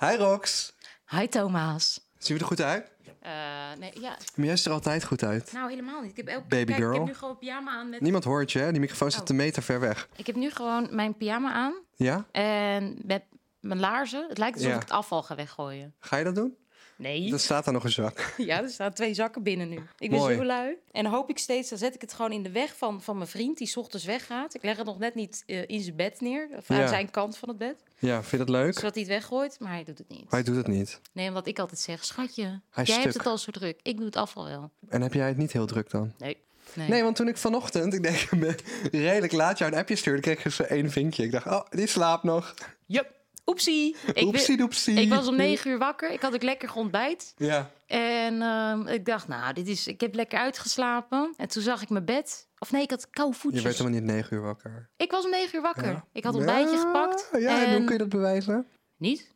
Hi Rox. Hi Thomas. Zien we er goed uit? Eh, nee, ja. Maar jij ziet er altijd goed uit. Nou, helemaal niet. Ik heb elke Baby kijk, girl. Ik heb nu gewoon pyjama aan. Met... Niemand hoort je, hè? Die microfoon zit Oh. een meter ver weg. Ik heb nu gewoon mijn pyjama aan Ja? en met mijn laarzen. Het lijkt alsof Ja. ik het afval ga weggooien. Ga je dat doen? Nee. Dat staat daar nog een zak. Ja, er staan twee zakken binnen nu. Ik ben Mooi. zo lui. En hoop ik steeds, dan zet ik het gewoon in de weg van, van mijn vriend die 's ochtends weggaat. Ik leg het nog net niet eh, in zijn bed neer, of Ja. aan zijn kant van het bed. Ja, vind je dat leuk? Maar Zodat hij het weggooit, maar hij doet het niet. hij doet het niet. Nee, omdat ik altijd zeg, schatje, Hij jij is hebt stuk. het al zo druk. Ik doe het afval wel. En heb jij het niet heel druk dan? Nee. Nee, want toen ik vanochtend, ik denk, ik ben redelijk laat jou een appje stuurde, kreeg ik zo één vinkje. Ik dacht, oh, die slaapt nog. Yep. Oepsie. Ik, wi- Oepsie doepsie. ik was om negen uur wakker. Ik had ook lekker ontbijt. Ja. En ehm, ik dacht, nou, dit is, ik heb lekker uitgeslapen. En toen zag ik mijn bed. Of nee, ik had koude Je voetjes. werd helemaal niet negen uur wakker. Ik was om negen uur wakker. Ja. Ik had ontbijtje Ja, gepakt. Ja, en... en... hoe kun je dat bewijzen? Niet.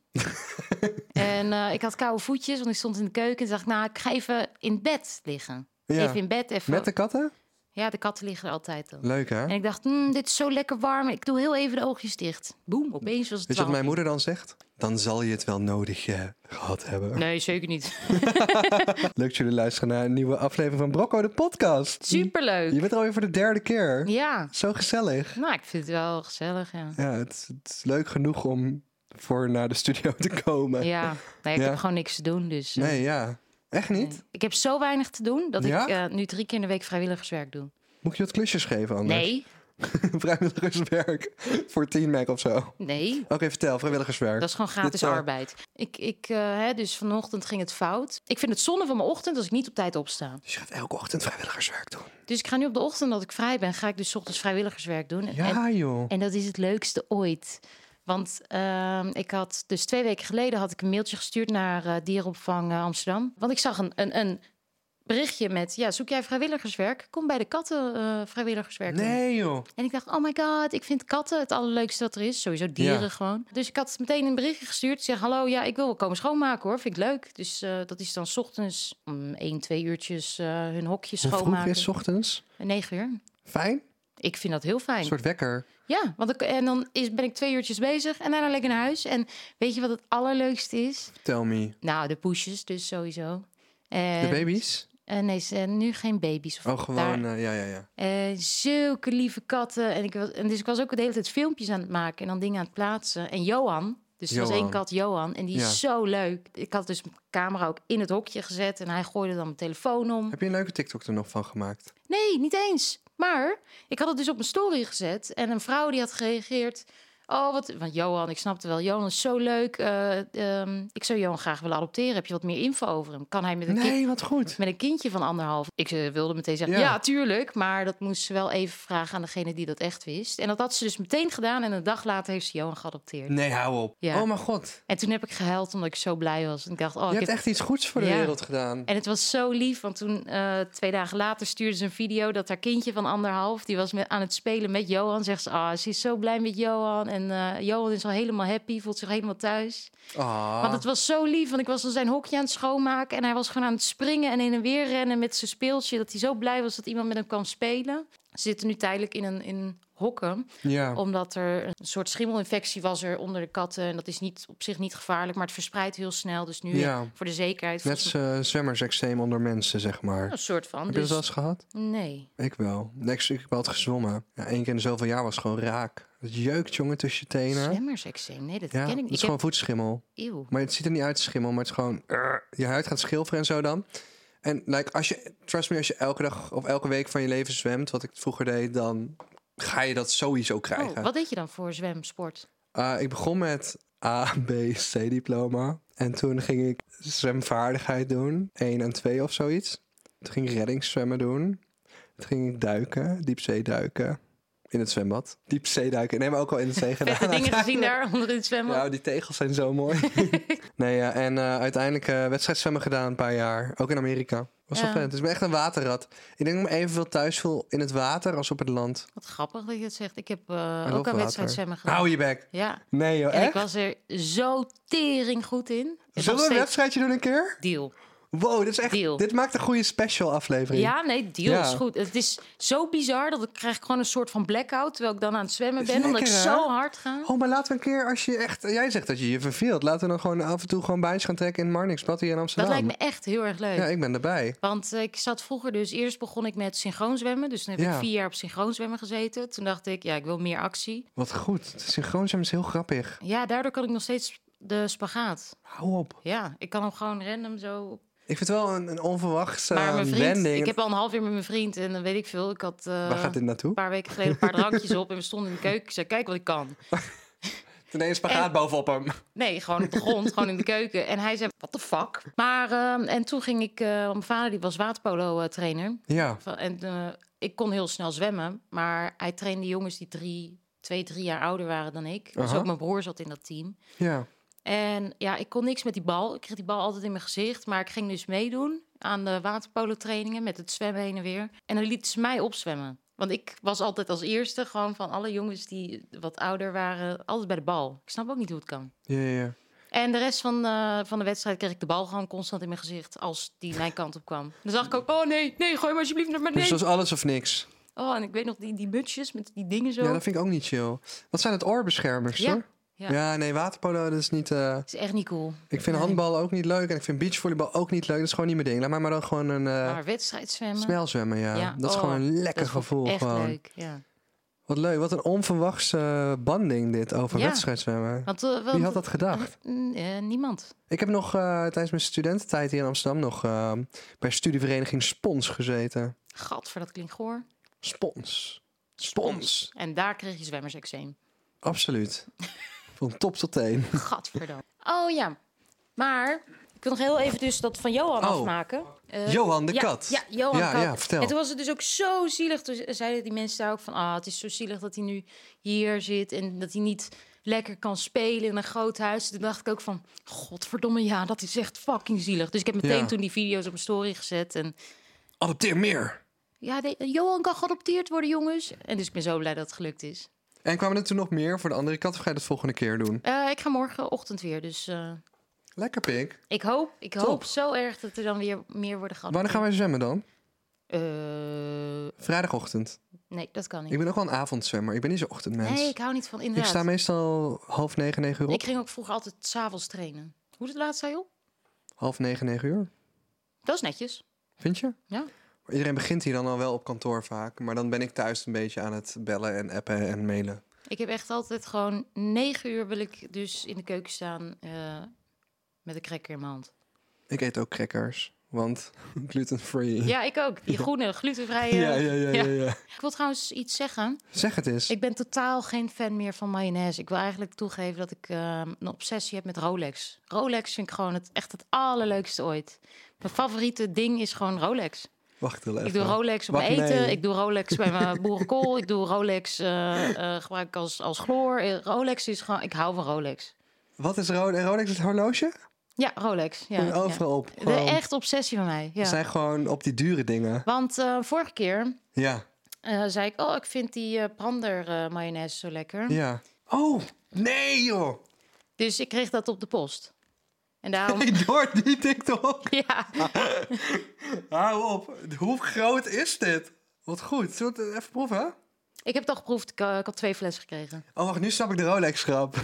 en eh, ik had koude voetjes, want ik stond in de keuken. En dacht ik, nou, ik ga even in bed liggen. Ja. Even in bed, even... Met de katten? Ja, de katten liggen er altijd dan. Leuk, hè? En ik dacht, "Mm, dit is zo lekker warm. Ik doe heel even de oogjes dicht. Boem, opeens was het Weet je wat 12 mijn moeder dan zegt? Dan zal je het wel nodig eh, gehad hebben. Nee, zeker niet. Leuk dat jullie luisteren naar een nieuwe aflevering van Brocco, de podcast. Superleuk. Je bent er alweer voor de derde keer. Ja, Zo gezellig. nou, ik vind het wel gezellig, ja. Ja, het, is- het is leuk genoeg om voor naar de studio te komen. Ja, nee, ik Ja. heb gewoon niks te doen, dus... eh, Nee, ja. Echt niet? nee. Ik heb zo weinig te doen dat Ja? ik eh, nu drie keer in de week vrijwilligerswerk doe. Moet ik je wat klusjes geven anders? Nee, vrijwilligerswerk voor 10 Mac of zo. Oké, nee. vertel, vrijwilligerswerk. Dat is gewoon Dit gratis zou- arbeid. Ik, ik, eh, hè, dus vanochtend ging het fout. Ik vind het zonde van mijn ochtend als ik niet op tijd opsta. Dus je gaat elke ochtend vrijwilligerswerk doen. Dus ik ga nu op de ochtend dat ik vrij ben, ga ik dus 's ochtends vrijwilligerswerk doen. En, Ja, joh. en dat is het leukste ooit. Want ehm, ik had dus twee weken geleden had ik een mailtje gestuurd naar eh, dierenopvang eh, Amsterdam. Want ik zag een, een, een berichtje met, ja, zoek jij vrijwilligerswerk? Kom bij de katten eh, vrijwilligerswerk doen. Nee, joh. En ik dacht, oh my god, ik vind katten het allerleukste wat er is. Sowieso dieren Ja. gewoon. Dus ik had meteen een berichtje gestuurd. Zeg, hallo, ja, ik wil wel komen schoonmaken hoor. Vind ik leuk. Dus eh, dat is dan 's ochtends om één, twee uurtjes eh, hun hokje Hoe vroeg schoonmaken. is 's ochtends? Negen uur. Fijn? Ik vind dat heel fijn. Een soort wekker. Ja, want ik, en dan is, ben ik twee uurtjes bezig en daarna lekker naar huis. En weet je wat het allerleukste is? Tell me. Nou, de poesjes dus sowieso. En, De baby's? eh, nee, ze zijn nu geen baby's. Of Oh, daar- gewoon, eh, ja, ja, ja. eh, zulke lieve katten. En, ik was, en dus ik was ook de hele tijd filmpjes aan het maken en dan dingen aan het plaatsen. En Johan, dus er was Johan. één kat, Johan, en die Ja. is zo leuk. Ik had dus mijn camera ook in het hokje gezet en hij gooide dan mijn telefoon om. Heb je een leuke TikTok er nog van gemaakt? Nee, niet eens. Maar ik had het dus op mijn story gezet en een vrouw die had gereageerd. Oh, wat, want Johan, ik snapte wel, Johan is zo leuk. eh, ehm, ik zou Johan graag willen adopteren. Heb je wat meer info over hem? Kan hij met een kind Nee, wat goed. met een kindje van anderhalf. Ik eh, wilde meteen zeggen, Ja. ja. tuurlijk. Maar dat moest ze wel even vragen aan degene die dat echt wist. En dat had ze dus meteen gedaan. En een dag later heeft ze Johan geadopteerd. Nee, hou op. Ja. Oh mijn god. En toen heb ik gehuild omdat ik zo blij was. En ik dacht, oh, je ik hebt heb- echt iets goeds voor de Ja. wereld gedaan. En het was zo lief, want toen eh, twee dagen later stuurde ze een video dat haar kindje van anderhalf, die was met, aan het spelen met Johan. Zegt ze, ah, ze is zo blij met Johan. En eh, Johan is al helemaal happy, voelt zich helemaal thuis. Ah. Want het was zo lief, want ik was al zijn hokje aan het schoonmaken. En hij was gewoon aan het springen en heen en weer rennen met zijn speeltje. Dat hij zo blij was dat iemand met hem kwam spelen. Ze zitten nu tijdelijk in, een, in hokken, Ja. omdat er een soort schimmelinfectie was er onder de katten. En dat is niet, op zich niet gevaarlijk, maar het verspreidt heel snel. Dus nu Ja. eh, voor de zekerheid. Net volgens als eh, zwemmerseczeem onder mensen, zeg maar. mij een soort van. Heb je dat Dus, wel eens gehad? Nee. Ik wel. Nee, Ik, ik heb altijd gezwommen. Ja, Eén keer in zoveel jaar was het gewoon raak. Het jeukt, jongen, tussen je tenen. Zwemmersexeem, nee, dat Ja, ken ik dat is niet. Ik gewoon heb... voetschimmel. Eeuw. Maar het ziet er niet uit schimmel, maar het is gewoon... eh, je huid gaat schilferen en zo dan. En like, als je, trust me, als je elke dag of elke week van je leven zwemt... wat ik vroeger deed, dan ga je dat sowieso krijgen. Oh, wat deed je dan voor zwemsport? Eh, ik begon met A, B, C diploma. En toen ging ik zwemvaardigheid doen. 1 en 2 of zoiets. Toen ging ik reddingszwemmen doen. Toen ging ik duiken, diepzee duiken. In het zwembad. Diepzee duiken. Nee, maar ook al in de zee gedaan. Vette dingen gezien daar onder in het zwembad? Ja, die tegels zijn zo mooi. nee, ja, en eh, uiteindelijk eh wedstrijdzwemmen gedaan een paar jaar. Ook in Amerika. Was wel Ja. vet. Dus ik ben echt een waterrat. Ik denk dat ik me evenveel thuis voel in het water als op het land. Wat grappig dat je dat zegt. Ik heb eh, love ook aan water. wedstrijdzwemmen gedaan. Hou je bek. Ja. Nee joh, En ik Nou, echt? was er zo tering goed in. En nog Zullen we een steeds wedstrijdje doen een keer? deal. Wow, dit, is echt, Deal. dit maakt een goede special aflevering. Ja, nee, deal Ja. is goed. Het is zo bizar dat ik krijg gewoon een soort van blackout terwijl ik dan aan het zwemmen Is ben, omdat ik lekker, hè? zo hard ga. Oh, maar laten we een keer, als je echt... Jij zegt dat je je verveelt. Laten we dan gewoon af en toe gewoon bijtjes gaan trekken in Marnixpad hier in Dat Amsterdam. lijkt me echt heel erg leuk. Ja, ik ben erbij. Want eh, ik zat vroeger dus, eerst begon ik met synchroon zwemmen. Dus toen heb Ja. ik vier jaar op synchroon zwemmen gezeten. Toen dacht ik, ja, ik wil meer actie. Wat goed. Synchroon zwemmen is heel grappig. Ja, daardoor kan ik nog steeds de spagaat. Hou op. Ja, ik kan hem gewoon random zo. Ik vind het wel een, een onverwachte Maar mijn eh, vriend, wending. ik heb al een half uur met mijn vriend en dan weet ik veel. Ik had eh, Waar gaat dit naartoe? een paar weken geleden een paar drankjes op en we stonden in de keuken. Ik zei, kijk wat ik kan. Ineens spagaat En- bovenop hem. Nee, gewoon op de grond, gewoon in de keuken. En hij zei, what the fuck? Maar, ehm, en toen ging ik, eh, want mijn vader die was waterpolo-trainer. Ja. En eh, ik kon heel snel zwemmen, maar hij trainde jongens die drie, twee, drie jaar ouder waren dan ik. Dus Aha. ook mijn broer zat in dat team. Ja. En ja, ik kon niks met die bal. Ik kreeg die bal altijd in mijn gezicht. Maar ik ging dus meedoen aan de waterpolo-trainingen met het zwemmen heen en weer. En dan lieten ze mij opzwemmen. Want ik was altijd als eerste gewoon van alle jongens die wat ouder waren, altijd bij de bal. Ik snap ook niet hoe het kan. Ja, ja, ja. En de rest van, eh, van de wedstrijd kreeg ik de bal gewoon constant in mijn gezicht als die mijn kant op kwam. Dan zag ik ook, oh nee, nee, gooi maar alsjeblieft naar Dus dat beneden. is alles of niks. Oh, en ik weet nog die, die mutsjes met die dingen zo. Ja, dat vind ik ook niet chill. Wat zijn het oorbeschermers, Ja, hoor? ja. nee, waterpolo, dat is niet... eh, is echt niet cool. ik vind Nee. handbal ook niet leuk en ik vind beachvolleybal ook niet leuk. Dat is gewoon niet mijn ding. Laat mij maar dan gewoon een eh maar wedstrijd zwemmen, smelzwemmen, ja. Ja, Dat is oh, gewoon een lekker dat vond ik gevoel. echt Gewoon. leuk. Ja. Wat leuk, wat een onverwachte banding dit over Ja. wedstrijdzwemmen. Want, eh, want- Wie had dat gedacht? Mm, eh, niemand. Ik heb nog eh, tijdens mijn studententijd hier in Amsterdam nog eh, bij studievereniging Spons gezeten. Gadver, dat klinkt goor. Spons. Spons. En daar kreeg je zwemmerseczeem. Absoluut. Van top tot teen. Gadver dan. Oh ja, maar ik wil nog heel even dus dat van Johan Oh. afmaken. Eh, Johan de ja, Kat. Ja, Johan ja, Kat. ja, vertel. En toen was het dus ook zo zielig. Toen zeiden die mensen daar ook van... Ah, het is zo zielig dat hij nu hier zit... en dat hij niet lekker kan spelen in een groot huis. Toen dacht ik ook van... Godverdomme, ja, dat is echt fucking zielig. Dus ik heb meteen Ja. toen die video's op mijn story gezet. En Adopteer meer. ja, de- Johan kan geadopteerd worden, jongens. En dus ik ben zo blij dat het gelukt is. En kwamen er toen nog meer voor de andere kat of ga je dat volgende keer doen? Eh, ik ga morgenochtend weer, dus... eh, Lekker pik. ik hoop, ik Top. hoop zo erg dat er dan weer meer worden Wanneer geadopteerd. gaan wij zwemmen dan? Eh, Vrijdagochtend. nee, dat kan Ik niet. ben ook wel een avondzwemmer. Ik ben niet zo'n ochtendmens. Nee, ik hou niet van ik inderdaad. sta meestal half negen, negen uur op. Ik ging ook vroeger altijd s'avonds trainen. Hoe is het laatst, zei je? Half negen, negen uur. Dat is netjes. Vind je? Ja. Maar Iedereen begint hier dan al wel op kantoor vaak. Maar dan ben ik thuis een beetje aan het bellen en appen en mailen. Ik heb echt altijd gewoon negen uur wil ik dus in de keuken staan eh, met een cracker in mijn hand. Ik eet ook crackers, want gluten-free. Ja, ik ook. Die groene, glutenvrije. ja, ja, ja, ja, ja. Ik wil trouwens iets zeggen. Zeg het eens. Ik ben totaal geen fan meer van mayonaise. Ik wil eigenlijk toegeven dat ik eh, een obsessie heb met Rolex. Rolex vind ik gewoon het, echt het allerleukste ooit. Mijn favoriete ding is gewoon Rolex. Wacht heel even. Ik doe Rolex op Wacht, mijn eten. nee. Ik doe Rolex bij mijn boerenkool. ik doe Rolex eh, eh, gebruik ik als, als chloor. Eh, Rolex is gewoon... Ik hou van Rolex. Wat is Rolex? Rolex is het horloge? Ja, Rolex. Ja, Komt ja. overal op. De Gewoon. echt obsessie van mij. Ze Ja. zijn gewoon op die dure dingen. Want eh, vorige keer Ja, eh, zei ik... Oh, ik vind die eh brander eh, mayonaise zo lekker. ja. Oh, nee joh. Dus ik kreeg dat op de post. En daarom... Nee, door die TikTok. ja. Hou op. Hoe groot is dit? Wat goed. Zullen we het even proeven? Ik heb het al geproefd. Ik, eh, ik had twee flessen gekregen. Oh, wacht. Nu snap ik de Rolex-grap.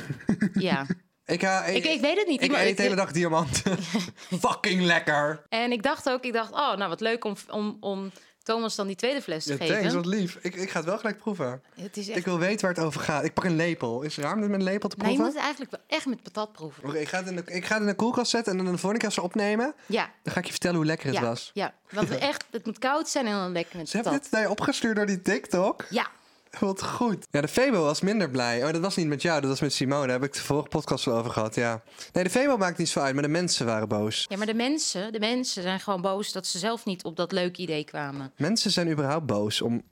Ja. Ik, ha- ik, ik weet het niet. Ik Iemand- eet de hele dag diamanten. Fucking lekker. En ik dacht ook... Ik dacht, oh, nou wat leuk om, om, om Thomas dan die tweede fles te Ja, geven. thanks, wat lief. Ik, ik ga het wel gelijk proeven. Het is echt... Ik wil weten waar het over gaat. Ik pak een lepel. Is het raar om dit met een lepel te Nee, je proeven? moet het eigenlijk wel echt met patat proeven. Oké, ik, ga het in de, ik ga het in de koelkast zetten en dan de volgende keer als we opnemen, Ja. dan ga ik je vertellen hoe lekker het ja, was. Ja, want echt, het moet koud zijn en dan lekker met Ze hebben patat. dit naar je opgestuurd door die TikTok. Ja, Wat goed. Ja, de Febo was minder blij. Oh, dat was niet met jou, dat was met Simone. Daar heb ik de vorige podcast wel over gehad, ja. Nee, de Febo maakt niet zo uit, maar de mensen waren boos. ja maar de mensen, de mensen zijn gewoon boos dat ze zelf niet op dat leuke idee kwamen. Mensen zijn überhaupt boos om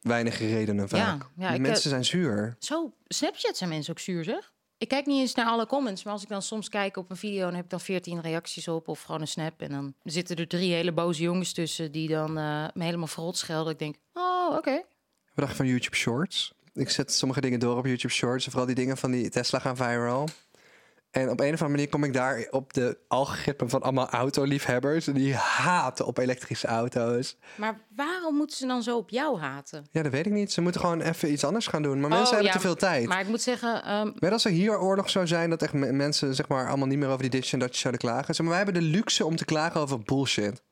weinige redenen vaak. ja, ik, eh, mensen zijn zuur. Zo, Snapchat zijn mensen ook zuur, zeg. Ik kijk niet eens naar alle comments, maar als ik dan soms kijk op een video... dan heb ik dan 14 reacties op of gewoon een snap. En dan zitten er drie hele boze jongens tussen die dan eh, me helemaal verrot schelden. Ik denk, oh, oké. Wat dacht je van YouTube Shorts? Ik zet sommige dingen door op YouTube Shorts. Vooral die dingen van die Tesla gaan viral. En op een of andere manier kom ik daar op de algoritme van allemaal autoliefhebbers. En die haten op elektrische auto's. Maar waarom moeten ze dan zo op jou haten? Ja, dat weet ik niet. Ze moeten gewoon even iets anders gaan doen. Maar mensen Oh, hebben ja, te veel tijd. Maar ik moet zeggen, ehm, Net als er hier oorlog zou zijn dat echt me- mensen zeg maar, allemaal niet meer over die ditjes en datjes zouden klagen. Zeg maar wij hebben de luxe om te klagen over bullshit.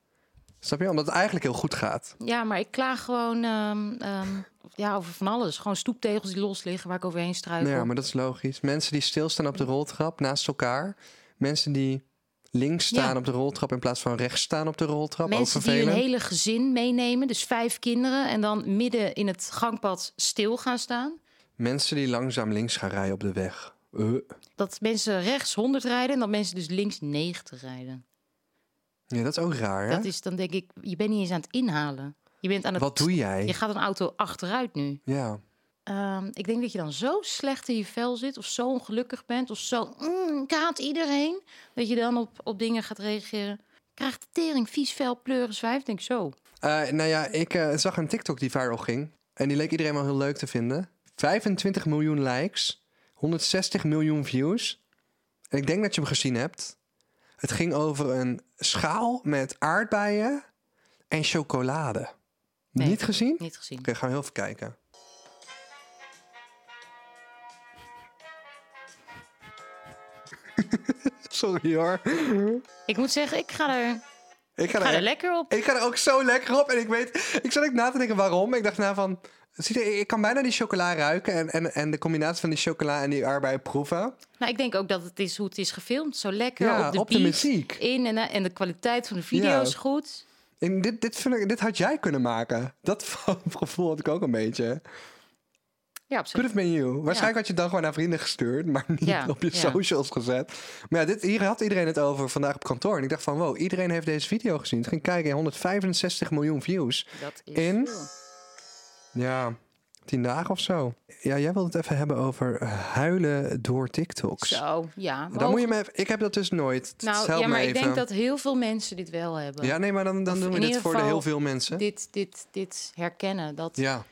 Snap je? Omdat het eigenlijk heel goed gaat. ja, maar ik klaag gewoon ehm, ehm, ja, over van alles. Gewoon stoeptegels die los liggen waar ik overheen struikel. Nou ja, maar dat is logisch. Mensen die stilstaan op de roltrap naast elkaar. Mensen die links staan Ja. op de roltrap in plaats van rechts staan op de roltrap. Mensen ook die hun vervelend. hele gezin meenemen, dus vijf kinderen, en dan midden in het gangpad stil gaan staan. Mensen die langzaam links gaan rijden op de weg. Eh, Dat mensen rechts 100 rijden en dat mensen dus links 90 rijden. Ja, dat is ook raar. Hè? Dat is dan denk ik, je bent niet eens aan het inhalen. Je bent aan het. Wat doe Je jij? gaat een auto achteruit nu. Ja. Ehm, ik denk dat je dan zo slecht in je vel zit, of zo ongelukkig bent, of zo mm, ik haat iedereen, dat je dan op, op dingen gaat reageren. Krijgt de tering, vies vel, pleuren, zwijf. Denk ik zo. Eh, nou ja, ik eh, zag een TikTok die viral ging. En die leek iedereen wel heel leuk te vinden. 25 miljoen likes. 160 miljoen views. En ik denk dat je hem gezien hebt. Het ging over een schaal met aardbeien en chocolade. Nee. Niet gezien? Oké, Niet gezien. gaan we heel even kijken. Sorry hoor. Ik moet zeggen, ik ga er, Ik ga er er lekker op. ik ga er ook zo lekker op. En ik weet, ik zat ook na te denken waarom. Ik dacht na van, zie je, ik kan bijna die chocola ruiken. En, en, en de combinatie van die chocola en die arbeid proeven. Nou, ik denk ook dat het is hoe het is gefilmd. Zo lekker Ja, op de op de beat, muziek. In en, eh, en de kwaliteit van de video Ja. is goed. En dit, dit, vind ik, dit had jij kunnen maken. Dat gevoel had ik ook een beetje. Ja, op zich. Could have been you. Waarschijnlijk had je het dan gewoon naar vrienden gestuurd, maar niet Ja, op je ja. socials gezet. Maar ja, dit, hier had iedereen het over vandaag op kantoor. En ik dacht van, wow, iedereen heeft deze video gezien. Het ging kijken, 165 miljoen views. Dat is in- veel. Ja, tien dagen of zo. Ja, jij wilde het even hebben over eh, huilen door TikToks. Zo, ja. Dan hoog- moet je me even- ik heb dat dus nooit. nou, Help ja, me maar ik even. denk dat heel veel mensen dit wel hebben. Ja, nee, maar dan, dan Of doen we in dit ieder voor de heel geval veel mensen. Dit, dit, dit herkennen. Dat Ja.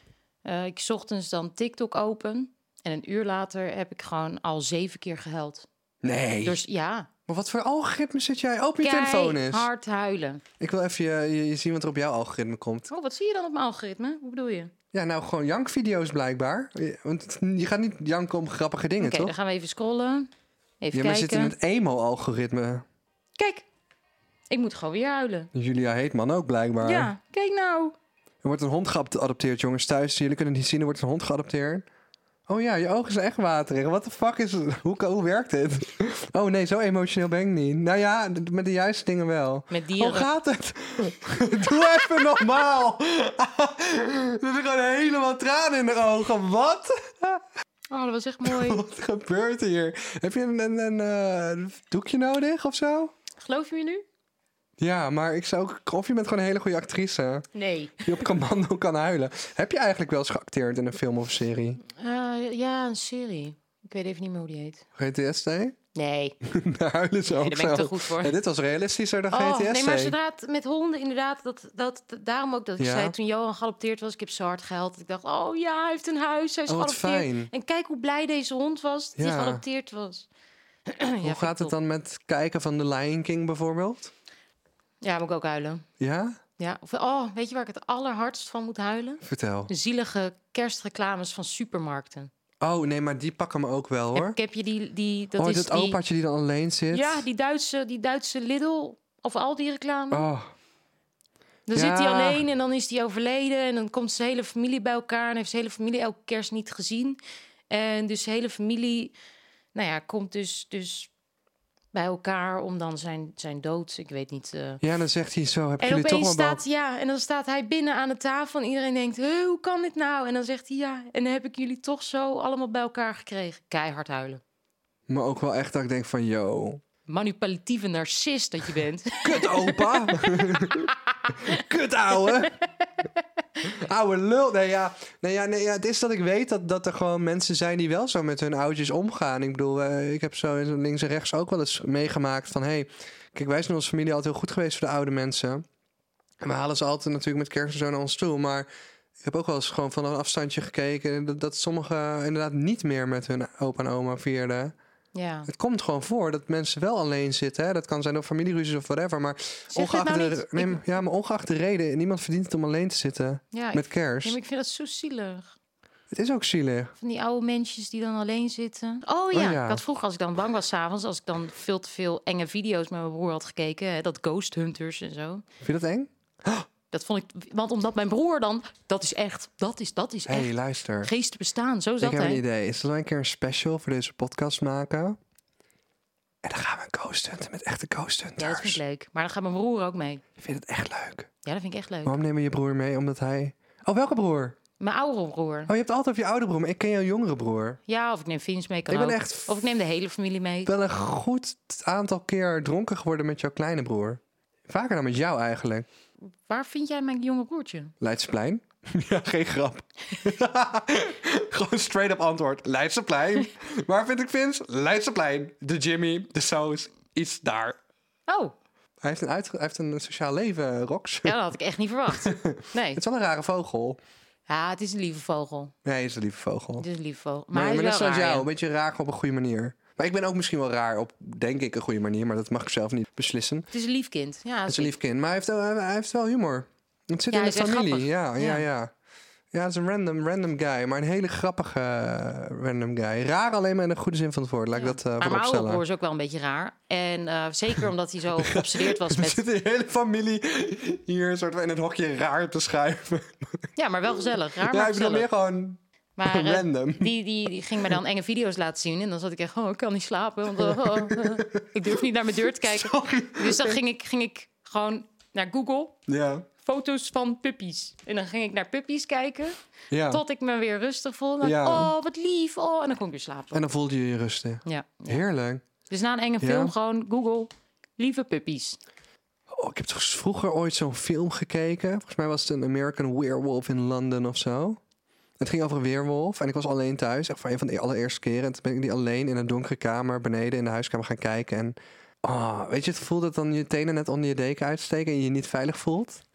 Eh, ik 's ochtends dan TikTok open. En een uur later heb ik gewoon al zeven keer gehuild. Nee. Dus ja, Maar wat voor algoritme zit jij op je telefoon is? hard huilen. Ik wil even je, je, je zien wat er op jouw algoritme komt. Oh, wat zie je dan op mijn algoritme? Hoe bedoel je? Oké, Ja, nou gewoon jankvideo's blijkbaar. Je- Want het- je gaat niet janken om grappige dingen, dan toch? gaan we even scrollen. Even Ja, maar kijken. je zit in het emo-algoritme. Kijk, ik moet gewoon weer huilen. Julia Heetman ook blijkbaar. Ja, kijk nou. Er wordt een hond geadopteerd, jongens. Thuis, jullie kunnen het niet zien, er wordt een hond geadopteerd. Oh ja, je ogen zijn echt waterig. Wat de fuck is het? Hoe, kan- hoe werkt dit? Oh nee, zo emotioneel ben ik niet. Nou ja, d- met de juiste dingen wel. Met Hoe dieren. gaat het? Doe even normaal. Er zitten gewoon helemaal tranen in de ogen. Wat? Oh, dat was echt mooi. Wat gebeurt hier? Heb je een, een, een eh, doekje nodig of zo? Geloof je me nu? Ja, maar ik zou ook... Of je bent gewoon een hele goede actrice. Nee. Die op commando kan huilen. Heb je eigenlijk wel eens geacteerd in een film of serie? Eh, ja, een serie. Ik weet even niet meer hoe die heet. GTST? Nee, nee Daar huilen ze ook daar ben ik zo. te goed voor. Ja, dit was realistischer dan Oh, GTST. nee, maar zodra het met honden inderdaad, dat, dat, dat- daarom ook dat ik Ja. zei toen Johan geadopteerd was, ik heb zo hard gehuild. dat Ik dacht, oh ja, hij heeft een huis, hij is Oh, wat geadopteerd. fijn. En kijk hoe blij deze hond was dat Ja. hij geadopteerd was. Hoe gaat het dan met kijken van The Lion King bijvoorbeeld? Ja, moet ik ook huilen. Ja? Ja, of, oh, weet je waar ik het allerhardst van moet huilen? Vertel. De zielige kerstreclames van supermarkten. Oh, nee, maar die pakken me ook wel, Heb, hoor. ik heb je die, die dat oh, is dat die, opaatje die dan alleen zit. ja, die Duitse, die Duitse Lidl of al die reclame. Oh, Dan Ja. zit hij alleen en dan is hij overleden. En dan komt zijn hele familie bij elkaar. En heeft zijn hele familie elke kerst niet gezien. En dus zijn hele familie, nou ja, komt dus, dus bij elkaar om dan zijn, zijn dood. Ik weet niet. eh. ja, dan zegt hij zo, heb En jullie toch opeens wel... staat, ja, en dan staat hij binnen aan de tafel. En iedereen denkt, "Hè, hoe kan dit nou? En dan zegt hij, ja, en dan heb ik jullie toch zo allemaal bij elkaar gekregen. Keihard huilen. Maar ook wel echt dat ik denk van, yo, Manipulatieve narcist dat je bent. kut opa. kut ouwe. Ouwe lul. Nee ja. Nee, ja, nee, ja, het is dat ik weet dat, dat er gewoon mensen zijn die wel zo met hun oudjes omgaan. Ik bedoel, eh, ik heb zo in- links en rechts ook wel eens meegemaakt van... hey, kijk, wij zijn in onze familie altijd heel goed geweest voor de oude mensen. En we halen ze altijd natuurlijk met kerst en zo naar ons toe. Maar ik heb ook wel eens gewoon van een afstandje gekeken... dat, dat sommigen inderdaad niet meer met hun opa en oma vierden. Ja. Het komt gewoon voor dat mensen wel alleen zitten. Hè? Dat kan zijn door familieruzies of whatever. Maar Zeg dit ongeacht, nou de, niet. nee, Ik- maar- ja, maar ongeacht de reden, niemand verdient het om alleen te zitten ja, met Ah, ik, ja, kerst. maar ik vind dat zo zielig. Het is ook zielig. Van die oude mensjes die dan alleen zitten. Oh ja, Oh, ja. ik had vroeger als ik dan bang was s'avonds... als ik dan veel te veel enge video's met mijn broer had gekeken... Hè, dat Ghost Hunters en zo. Vind je dat eng? Dat vond ik... Want omdat mijn broer dan... Dat is echt, dat is, dat is Hé, hey, echt... luister. Geesten bestaan, zo Ik zat heb een hij. idee. Zullen we een keer een special voor deze podcast maken? En dan gaan we een ghost hunten met echte ghost Ja, dat vind hunters. ik leuk. Maar dan gaat mijn broer ook mee. ik vind het echt leuk. Ja, dat vind ik echt leuk. Waarom nemen we je broer mee? Omdat hij... Oh, welke broer? Mijn oudere broer. Oh, je hebt het altijd over je oude broer, maar ik ken jouw jongere broer. Ja, of ik neem Vince mee. Kan Ik ben ook. echt- Of ik neem de hele familie mee. Ik ben een goed aantal keer dronken geworden met jouw kleine broer. Vaker dan met jou eigenlijk. Waar vind jij mijn jonge broertje? Leidseplein? ja, geen grap. Gewoon straight up antwoord. Leidseplein. Waar vind ik Vince? Leidseplein. De Jimmy, de Soos, iets daar. Oh, Hij heeft een, uitge- hij heeft een sociaal leven, eh, Rox. ja, dat had ik echt niet verwacht. Nee. Het is wel een rare vogel. Ja, het is een lieve vogel. Nee, hij is een lieve vogel. Het is een lieve vogel. Maar, Maar, hij is maar net wel zoals raar, jou, ja. een beetje raar op een goede manier. Maar ik ben ook misschien wel raar op, denk ik, een goede manier. Maar dat mag ik zelf niet beslissen. Het is een lief kind. Ja, Het is een lief kind. Maar hij heeft, wel- hij heeft wel humor. Het zit Ja, in hij de is echt familie. grappig. Ja, Ja. ja, ja. Ja, het is een random, random guy. Maar een hele grappige eh, random guy. Raar alleen maar in de goede zin van het woord. Laat ik dat eh maar mijn voorop oude broer stellen. is ook wel een beetje raar. En eh, zeker omdat hij zo geobsedeerd was Er met... zit de hele familie hier soort van in het hokje raar te schuiven. Ja, maar wel gezellig. Raar, ja, maar ik bedoel meer gezellig. gewoon Maar eh, random. die, die, die ging mij dan enge video's laten zien. En dan zat ik echt, oh, ik kan niet slapen. Want eh, oh, eh, ik durf niet naar mijn deur te kijken. Sorry. Dus dan ging ik, ging ik gewoon naar Google. Ja. Foto's van puppies. En dan ging ik naar puppies kijken. ja. Tot ik me weer rustig voelde. Ja. Oh, wat lief. Oh, en dan kon ik weer slapen. En dan voelde je je rusten. Ja. Heerlijk. Dus na een enge Ja. film gewoon Google lieve puppies. Oh, ik heb toch vroeger ooit zo'n film gekeken. Volgens mij was het een American Werewolf in London of zo. Het ging over een weerwolf en ik was alleen thuis. Echt van een van de allereerste keren. En toen ben ik die alleen in een donkere kamer beneden in de huiskamer gaan kijken. En ah, weet je het gevoel dat dan je tenen net onder je deken uitsteken en je je niet veilig voelt?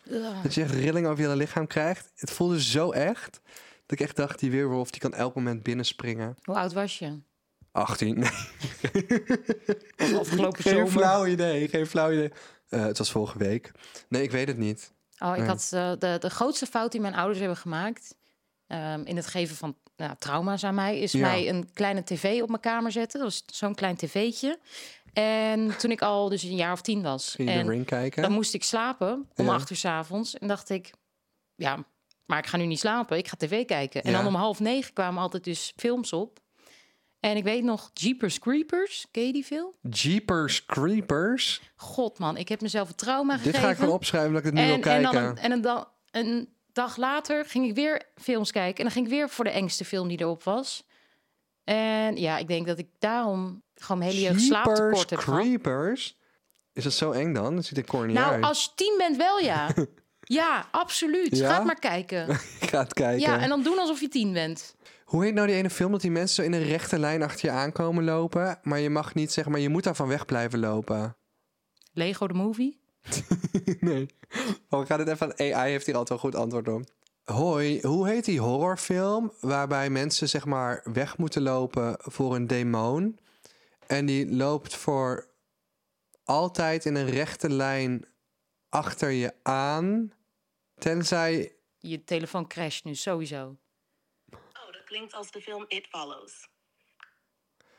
Dat je echt rilling over je hele lichaam krijgt. Het voelde zo echt dat ik echt dacht, die weerwolf die kan elk moment binnenspringen. Hoe oud was je? 18, nee. Of afgelopen Geen zomer? flauw idee, geen flauw idee. Eh, het was vorige week. Nee, ik weet het niet. Oh, ik Nee. had eh, de, de grootste fout die mijn ouders hebben gemaakt... ehm, in het geven van nou, trauma's aan mij... is Ja. mij een kleine tv op mijn kamer zetten. Dat was zo'n klein tv'tje. En toen ik al dus een jaar of tien was. Ging je en de ring kijken? dan moest ik slapen om Ja. acht uur s avonds. En dacht ik, ja, maar ik ga nu niet slapen. Ik ga tv kijken. En Ja. dan om half negen kwamen altijd dus films op. En ik weet nog, Jeepers Creepers. Ken je die film? Jeepers Creepers. God man, ik heb mezelf een trauma Dit gegeven. ga ik gewoon opschrijven dat ik het nu wil en, en kijken. dan een, en een, da- een dag later ging ik weer films kijken. En dan ging ik weer voor de engste film die erop was. En ja, ik denk dat ik daarom gewoon mijn hele jeugd slaaptekort heb gehad. Creepers. Is dat zo eng dan? Dat ziet er corny Nou, uit. als je tien bent wel ja. ja, absoluut. Ja? Ga het maar kijken. Ik ga het kijken. Ja, en dan doen alsof je tien bent. Hoe heet nou die ene film dat die mensen zo in een rechte lijn achter je aankomen lopen, maar je mag niet zeg maar je moet daarvan weg blijven lopen. Lego de Movie? nee. Oh, ik ga dit even aan AI heeft hier altijd wel goed antwoord op. Hoi, hoe heet die horrorfilm waarbij mensen zeg maar weg moeten lopen voor een demon en die loopt voor altijd in een rechte lijn achter je aan, tenzij Je telefoon crasht nu sowieso. Oh, dat klinkt als de film It Follows.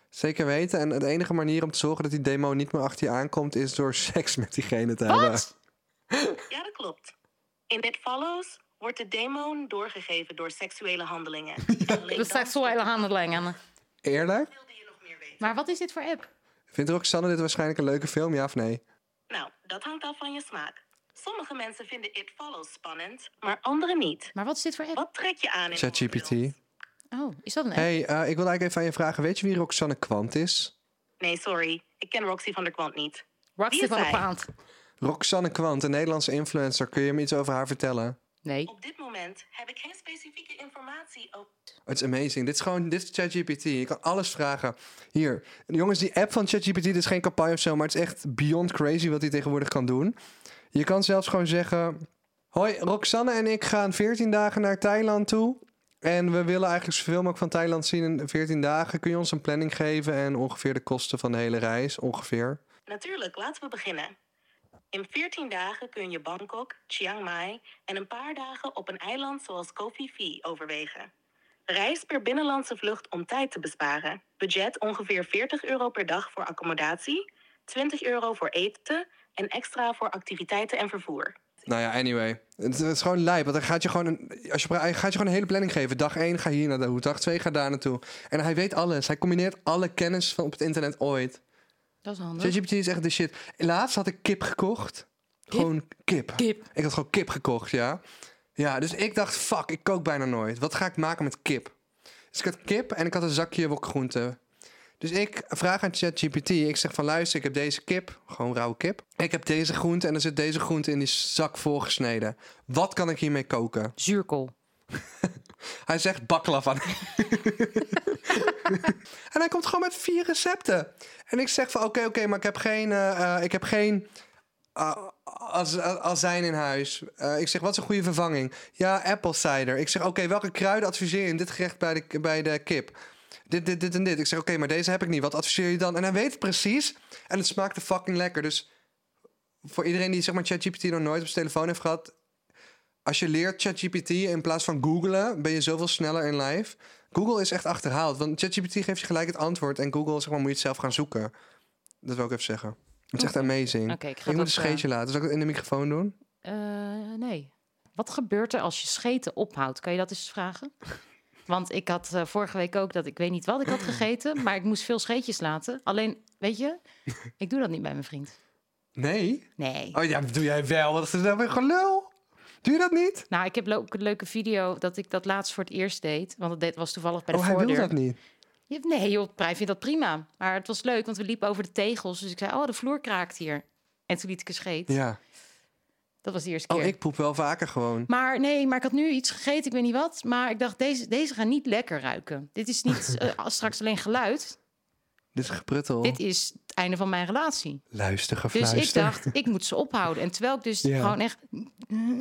zeker weten. En de enige manier om te zorgen dat die demon niet meer achter je aankomt is door seks met diegene te hebben. Wat? Ja, dat klopt. In It Follows wordt de demon doorgegeven door seksuele handelingen. Alleen Dat staat zo hele handeling aan. Eerlijk? wilde je nog meer weten. Maar wat is dit voor app? Vindt Roxanne dit waarschijnlijk een leuke film, ja of nee? Nou, dat hangt af van je smaak. Sommige mensen vinden It Follows spannend, maar anderen niet. Maar wat is dit voor app? Wat trek je aan in ChatGPT. horrorfilms? Oh, is dat een app? hey, eh, ik wil eigenlijk even aan je vragen. Weet je wie Roxanne Kwant is? Nee, sorry. Ik ken Roxy van der Kwant niet. Roxy is van de hij? Paand. Roxanne Kwant, een Nederlandse influencer. Kun je me iets over haar vertellen? Nee. Op dit moment heb ik geen specifieke informatie over... Het is amazing. Dit is gewoon, dit is ChatGPT. Je kan alles vragen. Hier, jongens, die app van ChatGPT, dit is geen campagne of zo, maar het is echt beyond crazy wat hij tegenwoordig kan doen. Je kan zelfs gewoon zeggen: Hoi, Roxanne en ik gaan 14 dagen naar Thailand toe. En we willen eigenlijk zoveel mogelijk van Thailand zien in 14 dagen. Kun je ons een planning geven en ongeveer de kosten van de hele reis? Ongeveer. Natuurlijk, laten we beginnen. In 14 dagen kun je Bangkok, Chiang Mai en een paar dagen op een eiland zoals Koh Phi Phi overwegen. Reis per binnenlandse vlucht om tijd te besparen. Budget ongeveer 40 euro per dag voor accommodatie, 20 euro voor eten en extra voor activiteiten en vervoer. Nou ja, anyway. Het, het is gewoon lijp. Want hij gaat je gewoon, een, als je, pra- hij gaat je gewoon een hele planning geven. Dag 1 ga hier naar de hoed. Dag 2 ga daar naartoe. En hij weet alles. Hij combineert alle kennis van op het internet ooit. Dat is handig. ChatGPT is echt de shit. Laatst had ik kip gekocht. Gewoon kip. Kip. Ik had gewoon kip gekocht, ja. Ja, dus ik dacht, fuck, ik kook bijna nooit. Wat ga ik maken met kip? Dus ik had kip en ik had een zakje wokgroenten. Dus ik vraag aan ChatGPT. Ik zeg van, luister, ik heb deze kip. Gewoon rauwe kip. Ik heb deze groente en er zit deze groente in die zak volgesneden. Wat kan ik hiermee koken? Zuurkool. Hij zegt baklava. en hij komt gewoon met vier recepten. En ik zeg van oké, oké, maar ik heb geen, eh, eh, ik heb geen eh, az- eh, azijn in huis. Eh, ik zeg, wat is een goede vervanging? Ja, apple cider. Ik zeg, oké, welke kruiden adviseer je in dit gerecht bij de, bij de kip? Dit, dit, dit en dit. Ik zeg, oké, maar deze heb ik niet. Wat adviseer je dan? En hij weet het precies. En het smaakte fucking lekker. Dus voor iedereen die zeg maar ChatGPT nog nooit op zijn telefoon heeft gehad, als je leert ChatGPT in plaats van googlen, ben je zoveel sneller in live. Google is echt achterhaald, want ChatGPT geeft je gelijk het antwoord en Google zeg maar, moet je het zelf gaan zoeken. Dat wil ik even zeggen. Het is echt amazing. Oké, ik ga moet dat, een scheetje laten. Zal ik het in de microfoon doen? Eh, nee. Wat gebeurt er als je scheten ophoudt? Kan je dat eens vragen? Want ik had eh, vorige week ook dat ik weet niet wat ik had gegeten, maar ik moest veel scheetjes laten. Alleen, weet je, ik doe dat niet bij mijn vriend. Nee. Nee. Oh ja, doe jij wel. Wat is dat nou weer gelul? Doe je dat niet? Nou, ik heb lo- ook een leuke video dat ik dat laatst voor het eerst deed. Want dat deed, was toevallig bij de oh, hij voordeur. wil dat niet. Je- Nee joh, Prij vindt dat prima. Maar het was leuk, want we liepen over de tegels. Dus ik zei, oh, de vloer kraakt hier. En toen liet ik een scheet. Ja. Dat was de eerste Oh, keer. ik poep wel vaker gewoon. Maar nee, maar ik had nu iets gegeten, ik weet niet wat. Maar ik dacht, deze, deze gaan niet lekker ruiken. Dit is niet eh, straks alleen geluid. Dit is gepruttel. Dit is het einde van mijn relatie. Luister, Dus gefluister. ik dacht, ik moet ze ophouden. En terwijl ik dus Ja. gewoon echt mijn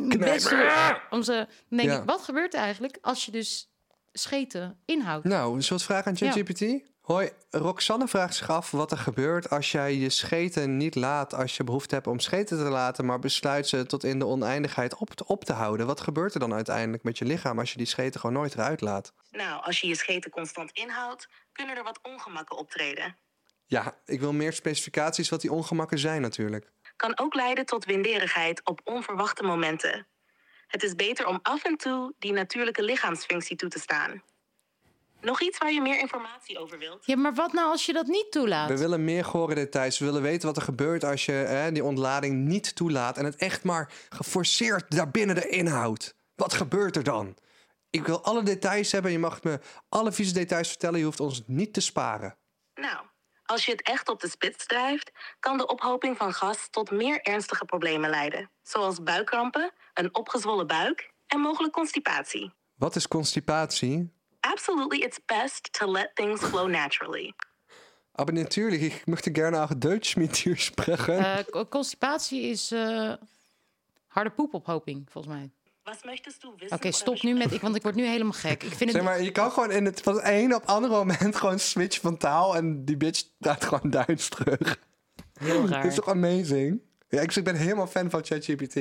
Knijp. Ah! best doe om ze... Dan denk Ja. ik, wat gebeurt er eigenlijk als je dus scheten inhoudt? Nou, een soort vraag aan Ja. ChatGPT. Hoi, Roxanne vraagt zich af wat er gebeurt als jij je scheten niet laat als je behoefte hebt om scheten te laten, maar besluit ze tot in de oneindigheid op te, op te houden. Wat gebeurt er dan uiteindelijk met je lichaam als je die scheten gewoon nooit eruit laat? Nou, als je je scheten constant inhoudt, kunnen er wat ongemakken optreden. Ja, ik wil meer specificaties wat die ongemakken zijn natuurlijk. Kan ook leiden tot winderigheid op onverwachte momenten. Het is beter om af en toe die natuurlijke lichaamsfunctie toe te staan. Nog iets waar je meer informatie over wilt? Ja, maar wat nou als je dat niet toelaat? We willen meer gore details. We willen weten wat er gebeurt als je hè, die ontlading niet toelaat en het echt maar geforceerd daarbinnen de inhoud. Wat gebeurt er dan? Ik wil alle details hebben. Je mag me alle vieze details vertellen. Je hoeft ons niet te sparen. Nou, als je het echt op de spits drijft, kan de ophoping van gas tot meer ernstige problemen leiden. Zoals buikkrampen, een opgezwollen buik en mogelijk constipatie. Wat is constipatie? Absolutely, it's best to let things flow naturally. Aber Ah, natuurlijk, ik möchte gerne auch Deutsch mit dir sprechen. Eh, co- constipatie is eh, harde poepophoping, volgens mij. Was möchtest du wissen? Oké, stop nu met ik, want ik word nu helemaal gek. Ik vind zeg het. maar, je kan gewoon in het, van het een op het andere moment gewoon switchen van taal en die bitch staat gewoon Duits terug. Heel raar. Dat is toch amazing? Ja, ik, ik ben helemaal fan van ChatGPT.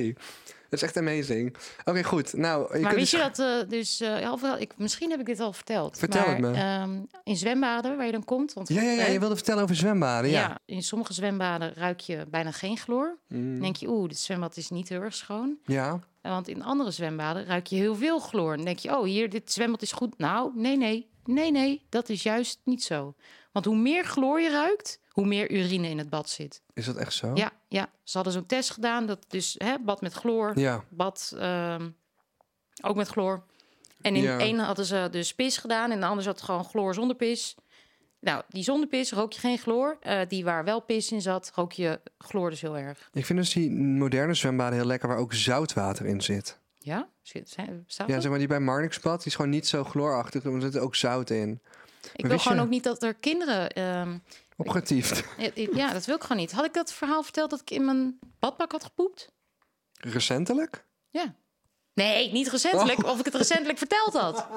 Dat is echt amazing. Oké, goed. Nou, je Maar kunt weet je dus- dat eh, dus, eh, ja, ofwel, ik, misschien heb ik dit al verteld. Vertel maar, het me. ehm, in zwembaden waar je dan komt. Want, Ja, ja, ja, eh, je wilde vertellen over zwembaden. Ja. ja, in sommige zwembaden ruik je bijna geen chloor. Mm. Dan denk je, oeh, dit zwembad is niet heel erg schoon. ja. Eh, Want in andere zwembaden ruik je heel veel chloor. Dan denk je, oh, hier, dit zwembad is goed. Nou, nee, nee, nee, nee, dat is juist niet zo. Want hoe meer chloor je ruikt, hoe meer urine in het bad zit. Is dat echt zo? Ja, ja, ze hadden zo'n test gedaan. Dat dus hè, bad met chloor, Ja. bad ehm, ook met chloor. En in Ja. één hadden ze dus pis gedaan en de ander zat gewoon chloor zonder pis. Nou, die zonder pis rook je geen chloor. Eh, die waar wel pis in zat, rook je chloor dus heel erg. Ik vind dus die moderne zwembaden heel lekker waar ook zoutwater in zit. Ja? Zit- zijn- Staat Ja, dat? zeg maar die bij Marnixbad, die is gewoon niet zo chloorachtig, maar er zit ook zout in. Ik wil wist gewoon je- ook niet dat er kinderen... ehm, Opgetiefd. Ja, i- Ja, dat wil ik gewoon niet. Had ik dat verhaal verteld dat ik in mijn badbak had gepoept? Recentelijk? Ja. Nee, niet recentelijk. Oh. Of ik het recentelijk verteld had.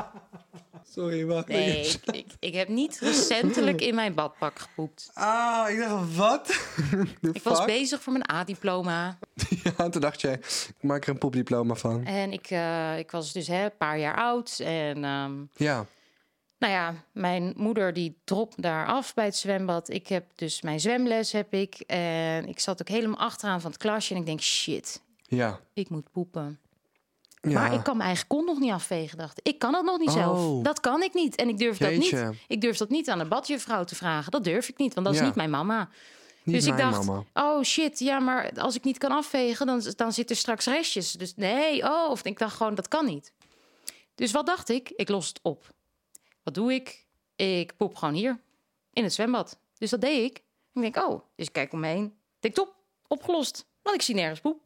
Sorry, wacht. Nee, ik, ik, ik heb niet recentelijk in mijn badpak gepoept. Ah, ik dacht, wat? The Ik was fuck? bezig voor mijn A-diploma. Ja, toen dacht jij, ik maak er een poepdiploma van. En ik, eh, ik was dus hè, een paar jaar oud. En ehm, Ja. nou ja, mijn moeder die dropt daar af bij het zwembad. Ik heb dus mijn zwemles heb ik. En ik zat ook helemaal achteraan van het klasje. En ik denk, shit, Ja. ik moet poepen. ja. Maar ik kan mijn eigen kont nog niet afvegen, dacht ik. Ik kan dat nog niet Oh. zelf. Dat kan ik niet. En ik durf dat Jeetje. niet. Ik durf dat niet aan een badjuffrouw te vragen. Dat durf ik niet, want dat Ja. is niet mijn mama. Niet dus ik mijn dacht, mama. oh shit, ja, maar als ik niet kan afvegen, dan, dan zitten er straks restjes. Dus nee, oh, of ik dacht gewoon, dat kan niet. Dus wat dacht ik? Ik los het op. Wat doe ik? Ik poep gewoon hier, in het zwembad. Dus dat deed ik. Ik denk, oh, dus ik kijk om me heen. Ik denk, top, opgelost. Want ik zie nergens poep.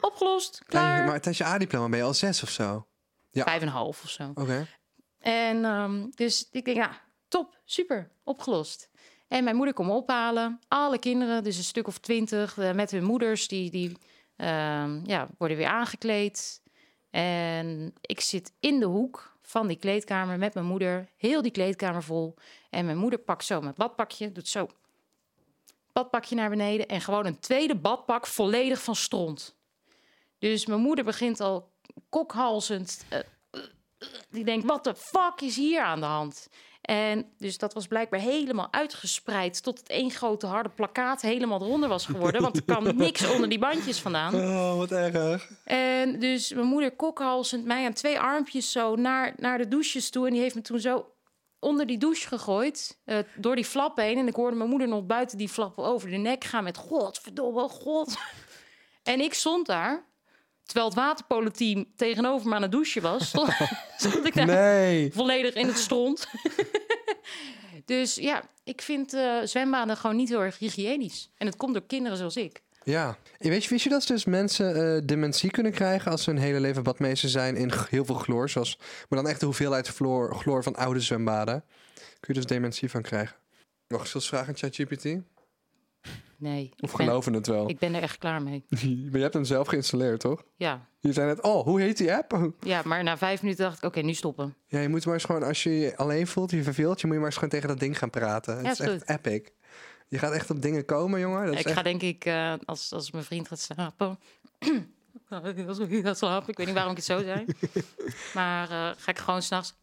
Opgelost, Nee, klaar. maar tijdens je A-diploma ben je al zes of zo. Oké. Vijf en een half of zo. En ehm, dus ik denk, ja, top, super, opgelost. En mijn moeder kwam me ophalen. Alle kinderen, dus een stuk of twintig, met hun moeders, die, die ehm, ja, worden weer aangekleed. En ik zit in de hoek van die kleedkamer met mijn moeder, heel die kleedkamer vol. En mijn moeder pakt zo mijn badpakje, doet zo badpakje naar beneden en gewoon een tweede badpak volledig van stront. Dus mijn moeder begint al kokhalzend eh, die denkt, wat de fuck is hier aan de hand? En dus dat was blijkbaar helemaal uitgespreid tot het één grote harde plakkaat helemaal eronder was geworden. Want er kwam niks onder die bandjes vandaan. Oh, wat erg. En dus mijn moeder kokhalzend mij aan twee armpjes zo naar, naar de douches toe. En die heeft me toen zo onder die douche gegooid, eh, door die flap heen. En ik hoorde mijn moeder nog buiten die flap over de nek gaan met godverdomme, god. En ik stond daar, terwijl het waterpolo-team tegenover me aan het douchen was. Stond, stond ik daar Nee. volledig in het stront. dus ja, ik vind eh, zwembaden gewoon niet heel erg hygiënisch. En het komt door kinderen zoals ik. Ja. En Weet je, wist je dat dus mensen eh, dementie kunnen krijgen als ze hun hele leven badmeester zijn in g- heel veel chloor? Zoals, maar dan echt de hoeveelheid chloor, chloor van oude zwembaden. Kun je dus dementie van krijgen. Nog eens veel vragen aan ChatGPT? Nee, Of ik ben, geloven het wel? ik ben er echt klaar mee. maar je hebt hem zelf geïnstalleerd, toch? Ja, Je zei net, oh, hoe heet die app? ja maar na vijf minuten dacht ik, oké, nu stoppen. Ja, je moet maar eens gewoon, als je je alleen voelt, je verveelt, je moet je maar eens gewoon tegen dat ding gaan praten. het Ja, is is echt epic. Je gaat echt op dingen komen, jongen. Dat is ik echt... ga denk ik, eh, als, als mijn vriend gaat slapen... als hij gaat slapen, ik weet niet waarom ik het zo zei. maar eh, ga ik gewoon s'nachts...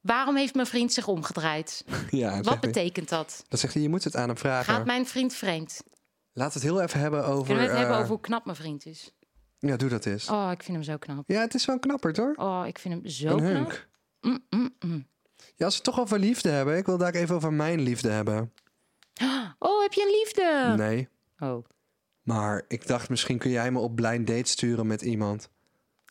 Waarom heeft mijn vriend zich omgedraaid? Ja, dat Wat zegt hij. betekent dat? Dan zegt hij, je moet het aan hem vragen. Gaat mijn vriend vreemd? Laten we het heel even hebben over... Kunnen we het hebben eh, over hoe knap mijn vriend is? Ja, doe dat eens. Oh, ik vind hem zo knap. Ja, het is wel een knapper, hoor. Oh, ik vind hem zo een knap. hunk. Mm, mm, mm. Ja, als we het toch over liefde hebben, ik wil daar even over mijn liefde hebben. Oh, heb je een liefde? Nee, Oh. maar ik dacht, misschien kun jij me op blind date sturen met iemand.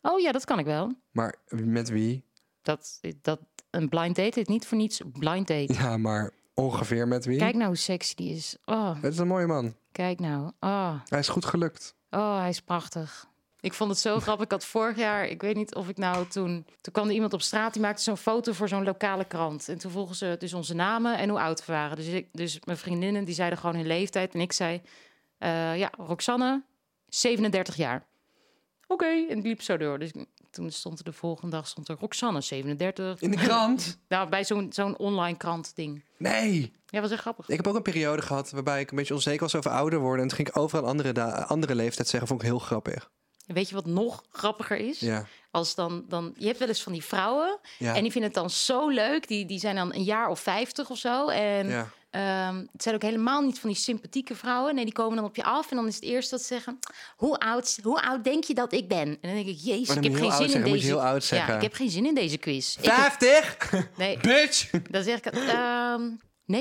oh ja, dat kan ik wel. Maar met wie? Dat, dat, een blind date is niet voor niets een blind date. Ja, maar ongeveer met wie? Kijk nou hoe sexy die is. Oh, Het is een mooie man. kijk nou. Oh, Hij is goed gelukt. oh hij is prachtig. Ik vond het zo grappig. Ik had vorig jaar, ik weet niet of ik nou toen... Toen kwam er iemand op straat, die maakte zo'n foto voor zo'n lokale krant. En toen vroegen ze dus onze namen en hoe oud we waren. Dus, ik, dus mijn vriendinnen, die zeiden gewoon hun leeftijd. En ik zei, eh, ja, Roxanne, 37 jaar. Oké, en het liep zo door. Dus ik- toen stond er de volgende dag stond er Roxanne, 37. In de krant? Nou, bij zo'n zo'n online krant ding. Nee. Ja, was echt grappig. Ik heb ook een periode gehad waarbij ik een beetje onzeker was over ouder worden. En toen ging ik overal andere, da- andere leeftijd zeggen. Vond ik heel grappig. Weet je wat nog grappiger is? Ja. Als dan, dan, je hebt wel eens van die vrouwen Ja. en die vinden het dan zo leuk. Die, die zijn dan een jaar of 50 of zo. En ja. ehm, het zijn ook helemaal niet van die sympathieke vrouwen. Nee, die komen dan op je af en dan is het eerst dat ze zeggen... Hoe oud, hoe oud denk je dat ik ben? En dan denk ik, jezus, Maar dan ik moet heb je geen heel oud zin zeggen, in moet deze... je heel oud zeggen. Ja, ik heb geen zin in deze quiz. Ik- 50? nee, Bitch! dan zeg ik ehm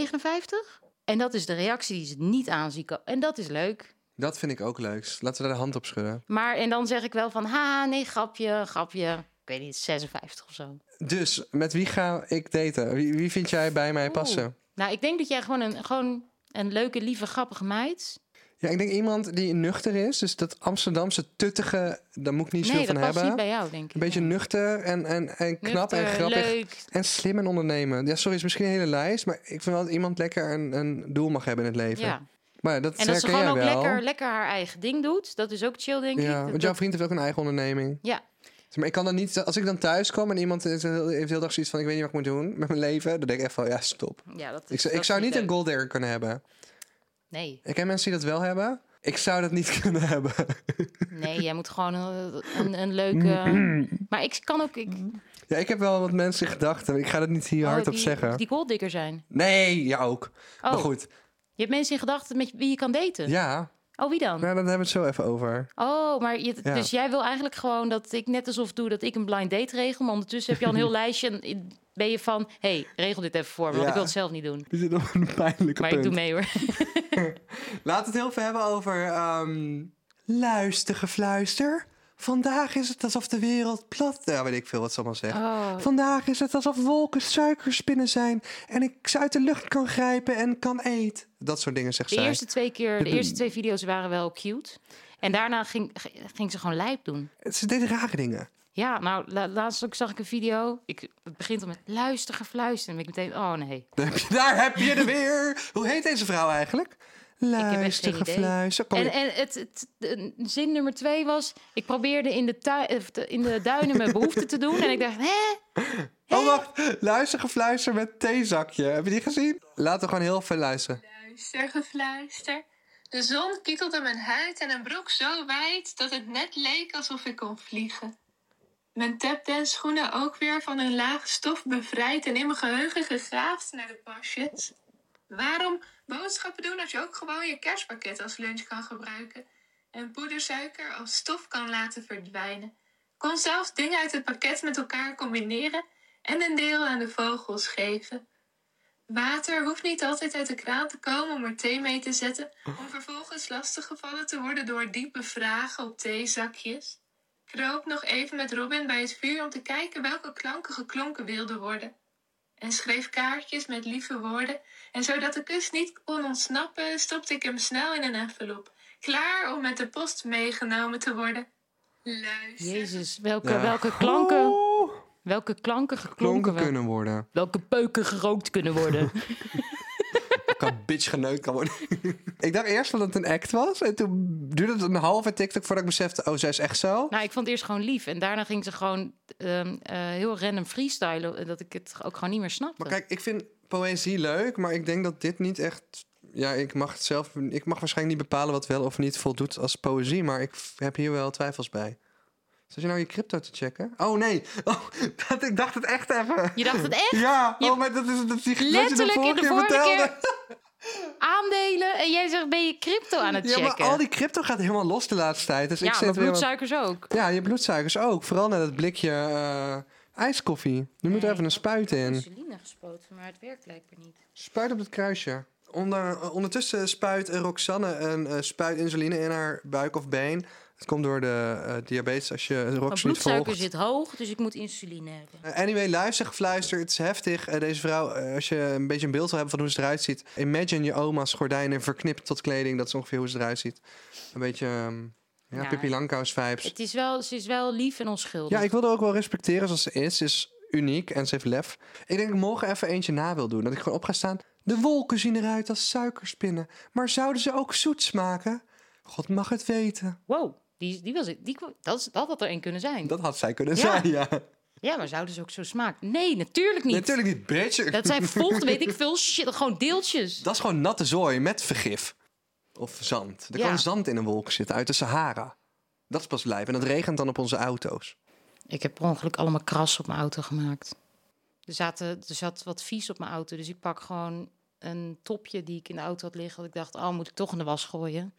59. En dat is de reactie die ze niet aanzien komen. En dat is leuk. Dat vind ik ook leuk. Laten we daar de hand op schudden. Maar en dan zeg ik wel van, ha, nee, grapje, grapje. Ik weet niet, 56 of zo. Dus, met wie ga ik daten? Wie, wie vind jij bij mij passen? Oeh. Nou, ik denk dat jij gewoon een, gewoon een leuke, lieve, grappige meid. Ja, ik denk iemand die nuchter is. Dus dat Amsterdamse tuttige, daar moet ik niet nee, veel dat van past hebben. niet bij jou, denk ik. Een beetje Nee. nuchter en, en, en knap en Nuchter, grappig. Leuk. En slim en ondernemen. Ja, sorry, is misschien een hele lijst. Maar ik vind wel dat iemand lekker een, een doel mag hebben in het leven. Ja. Maar ja, dat En dat ze herken gewoon jij wel. ook lekker, lekker haar eigen ding doet. Dat is ook chill, denk ja, ik. want Dat- jouw vriend heeft ook een eigen onderneming. Ja. Zeg Maar ik kan dat niet, als ik dan thuis kom en iemand heeft de hele heeft de hele dag zoiets van: ik weet niet wat ik moet doen met mijn leven, dan denk ik echt van: ja, stop. ja, dat is, Ik, zou- dat ik is zou niet leuk. een gold digger kunnen hebben. Nee, Ik ken mensen die dat wel hebben. Ik zou dat niet kunnen hebben. nee, jij moet gewoon een, een, een leuke... maar ik kan ook... Ik, Ja, ik heb wel wat mensen in gedachten. maar Ik ga dat niet hier oh, hardop die, zeggen. Die golddigger zijn. Nee, ja ook. Oh, Maar goed, je hebt mensen in gedachten met wie je kan daten. ja. Oh, wie Nou, dan? dan hebben we het zo even over. Oh, maar je, Ja. dus jij wil eigenlijk gewoon dat ik net alsof doe dat ik een blind date regel. Maar ondertussen heb je al een heel lijstje en ben je van... hey, regel dit even voor me, want Ja. ik wil het zelf niet doen. Dit is nog een pijnlijke Maar ik punt. doe mee hoor. Laat het heel veel hebben over ehm luistergefluister. Vandaag is het alsof de wereld plat... Ja, weet ik veel wat ze allemaal zeggen. Oh, Vandaag is het alsof wolken suikerspinnen zijn... en ik ze uit de lucht kan grijpen en kan eten. Dat soort dingen zegt de zij. eerste twee keer, de eerste twee video's waren wel cute. En daarna ging, ging ze gewoon lijp doen. Ze deed rare dingen. Ja, nou, la- laatst ook zag ik een video. Ik, het begint al met luister, gefluister. En ik meteen, oh nee. Daar heb je- Daar heb je er weer. Hoe heet deze vrouw eigenlijk? heb echt geen idee. Luistergefluister. Kom En, je- en het, het, de- zin nummer twee was... Ik probeerde in de, tui- of de- in de duinen mijn behoefte te doen. En ik dacht, hè? Oh, wacht. Luistergefluister met theezakje. Heb je die gezien? Laten we gewoon heel veel luisteren. Luister, gefluister. De zon kietelde mijn huid en een broek zo wijd dat het net leek alsof ik kon vliegen. Mijn tapdance schoenen ook weer van een laag stof bevrijd en in mijn geheugen gegraafd naar de pasjes. Waarom boodschappen doen als je ook gewoon je kerstpakket als lunch kan gebruiken en poedersuiker als stof kan laten verdwijnen? Kon zelfs dingen uit het pakket met elkaar combineren en een deel aan de vogels geven. Water hoeft niet altijd uit de kraan te komen om er thee mee te zetten, om vervolgens lastiggevallen te worden door diepe vragen op theezakjes. Kroop nog even met Robin bij het vuur om te kijken welke klanken geklonken wilden worden. En schreef kaartjes met lieve woorden, en zodat de kus niet kon ontsnappen, stopte ik hem snel in een envelop, klaar om met de post meegenomen te worden. Luister. Jezus, welke, Ja. welke klanken, Oeh, welke klanken klonken geklonken wel- kunnen worden. Welke peuken gerookt kunnen worden. Kan bitch geneukt kan worden. ik dacht eerst dat het een act was. En toen duurde het een halve TikTok voordat ik besefte... oh, zij is echt zo. nou, ik vond het eerst gewoon lief. En daarna ging ze gewoon ehm, eh, heel random freestylen. eh, Dat ik het ook gewoon niet meer snapte. Maar kijk, ik vind poëzie leuk, maar ik denk dat dit niet echt... Ja, ik mag het zelf... Ik mag waarschijnlijk niet bepalen wat wel of niet voldoet als poëzie... maar ik f- heb hier wel twijfels bij. Zat je nou je crypto te checken? Oh, nee. Oh, dat, ik dacht het echt even. Je dacht het echt? Ja, Je- oh, maar dat is, dat is die wat je Letterlijk in de keer vorige vertelde. Aandelen. En jij zegt, ben je crypto aan het Ja, checken? maar al die crypto gaat helemaal los de laatste tijd. Dus Ja, ik maar zit weer... wat- bloedsuikers ook. Ja, je bloedsuikers ook. Vooral naar dat blikje eh, ijskoffie. Nu moet er even een spuit in. insuline gespoten, maar het werkt blijkbaar niet. Spuit op het kruisje. Onder, eh, ondertussen spuit eh, Roxanne een eh, spuit insuline in haar buik of been. Het komt door de eh, diabetes als je Mijn Rox niet bloedsuiker volgt. zit hoog, dus ik moet insuline hebben. Eh, Anyway, luister, gefluister, het is heftig. Eh, deze vrouw, eh, als je een beetje een beeld wil hebben van hoe ze eruit ziet... imagine je oma's gordijnen verknipt tot kleding. Dat is ongeveer hoe ze eruit ziet. Een beetje ehm, ja, Ja. Pippi Langkous-vibes. Het is wel, ze is wel lief en onschuldig. Ja, ik wil haar ook wel respecteren zoals ze is. Ze is uniek en ze heeft lef. Ik denk dat ik morgen even eentje na wil doen. Dat ik gewoon op ga staan. De wolken zien eruit als suikerspinnen. Maar zouden ze ook zoet smaken? God mag het weten. Wow, die, die was, die, kwam- dat, is- dat had er één kunnen zijn. Dat had zij kunnen Ja. zijn, ja. Ja, maar zouden ze ook zo smaken? Nee, natuurlijk niet. Natuurlijk niet, bitch. Dat zijn vocht, weet ik veel, shit, gewoon deeltjes. Dat is gewoon natte zooi met vergif. Of zand. Er Ja. kan zand in een wolk zitten uit de Sahara. Dat is pas lijp. En dat regent dan op onze auto's. Ik heb per ongeluk allemaal kras op mijn auto gemaakt. Er, zaten, er zat wat vies op mijn auto, dus ik pak gewoon een topje die ik in de auto had liggen. Want ik dacht, oh, moet ik toch in de was gooien?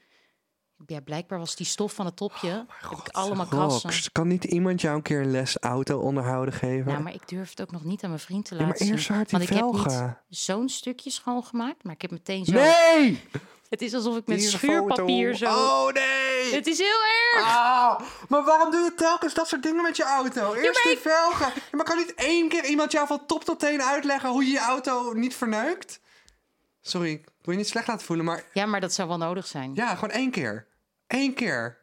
Ja, blijkbaar was die stof van het topje. Oh heb ik allemaal krassen. Rox, kan niet iemand jou een keer een les auto onderhouden geven? Ja, maar ik durf het ook nog niet aan mijn vriend te Ja, laten maar eerst zo zien. hard die Want ik heb velgen. niet zo'n stukje schoongemaakt, maar ik heb meteen zo... Nee! Het is alsof ik met Hier is een schuurpapier foto. zo... Oh nee! Het is heel erg! Ah, maar waarom doe je telkens dat soort dingen met je auto? Eerst die ik- velgen. Ja, maar kan niet één keer iemand jou van top tot teen uitleggen hoe je je auto niet verneukt? Sorry, ik wil je niet slecht laten voelen, maar Ja, maar dat zou wel nodig zijn. ja, gewoon één keer. Eén keer.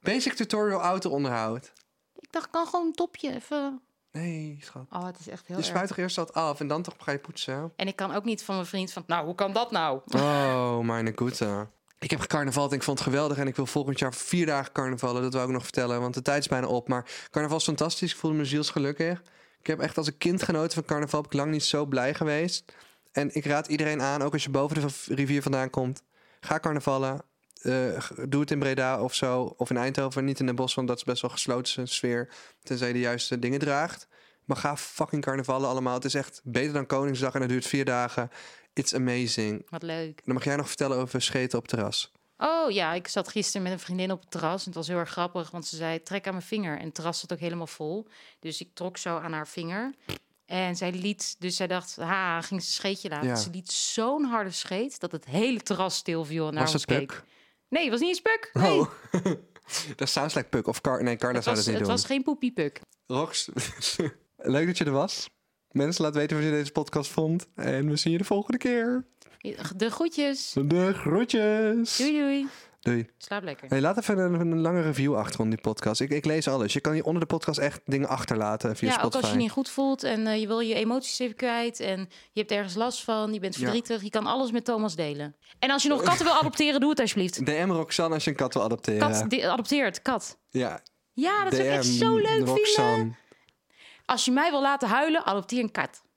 Basic tutorial auto onderhoud. Ik dacht, ik kan gewoon een topje even... Nee, schat. Oh, het is echt heel Je erg. spuit toch eerst dat af en dan toch ga je poetsen? En ik kan ook niet van mijn vriend van... Nou, hoe kan dat nou? Oh, mijn goede. Ik heb carnaval en ik vond het geweldig. En ik wil volgend jaar vier dagen carnavallen. Dat wou ik nog vertellen, want de tijd is bijna op. Maar carnaval is fantastisch. Ik voelde me zielsgelukkig. Ik heb echt als een kind genoten van carnaval. Ben ik lang niet zo blij geweest. En ik raad iedereen aan, ook als je boven de v- rivier vandaan komt. Ga carnavallen. Eh, g- doe het in Breda of zo. Of in Eindhoven. Niet in Den Bosch, want dat is best wel gesloten sfeer. Tenzij je de juiste dingen draagt. Maar ga fucking carnavallen allemaal. Het is echt beter dan Koningsdag en het duurt vier dagen. It's amazing. Wat leuk. Dan mag jij nog vertellen over scheten op terras. Oh ja, ik zat gisteren met een vriendin op het terras. En het was heel erg grappig, want ze zei: trek aan mijn vinger. En het terras zat ook helemaal vol. Dus ik trok zo aan haar vinger. En zij liet, dus zij dacht, ha, ging ze een scheetje laten. Ja. Ze liet zo'n harde scheet dat het hele terras stil viel en naar was ons het keek. Puk? Nee, het was niet een spuk. Nee. Oh. dat sounds like Puk. Of Car nee, Carla het zou was, dat niet het doen. was geen poepiepuk. Rox, leuk dat je er was. Mensen, laat weten wat je deze podcast vond. En we zien je de volgende keer. De groetjes. De groetjes. Doei doei. Doei. Slaap lekker. Hey, laat even een, een lange review achter onder die podcast. Ik, ik lees alles. Je kan hier onder de podcast echt dingen achterlaten via ja, ook Spotify. als je je niet goed voelt en eh, je wil je emoties even kwijt en je hebt ergens last van, je bent Ja. Eh. verdrietig, je kan alles met Thomas delen. En als je nog katten wil adopteren, doe het alsjeblieft. DM Roxanne als je een kat wil adopteren. Kat di- adopteert, kat. Ja, Ja, dat DM zou ik echt zo leuk vinden. Roxanne. Als je mij wil laten huilen, adopteer een kat.